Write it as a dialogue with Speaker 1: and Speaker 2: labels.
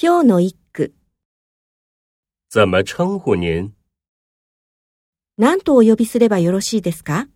Speaker 1: 今日の一句、
Speaker 2: 怎么称呼您？
Speaker 1: 何とお呼びすればよろしいですか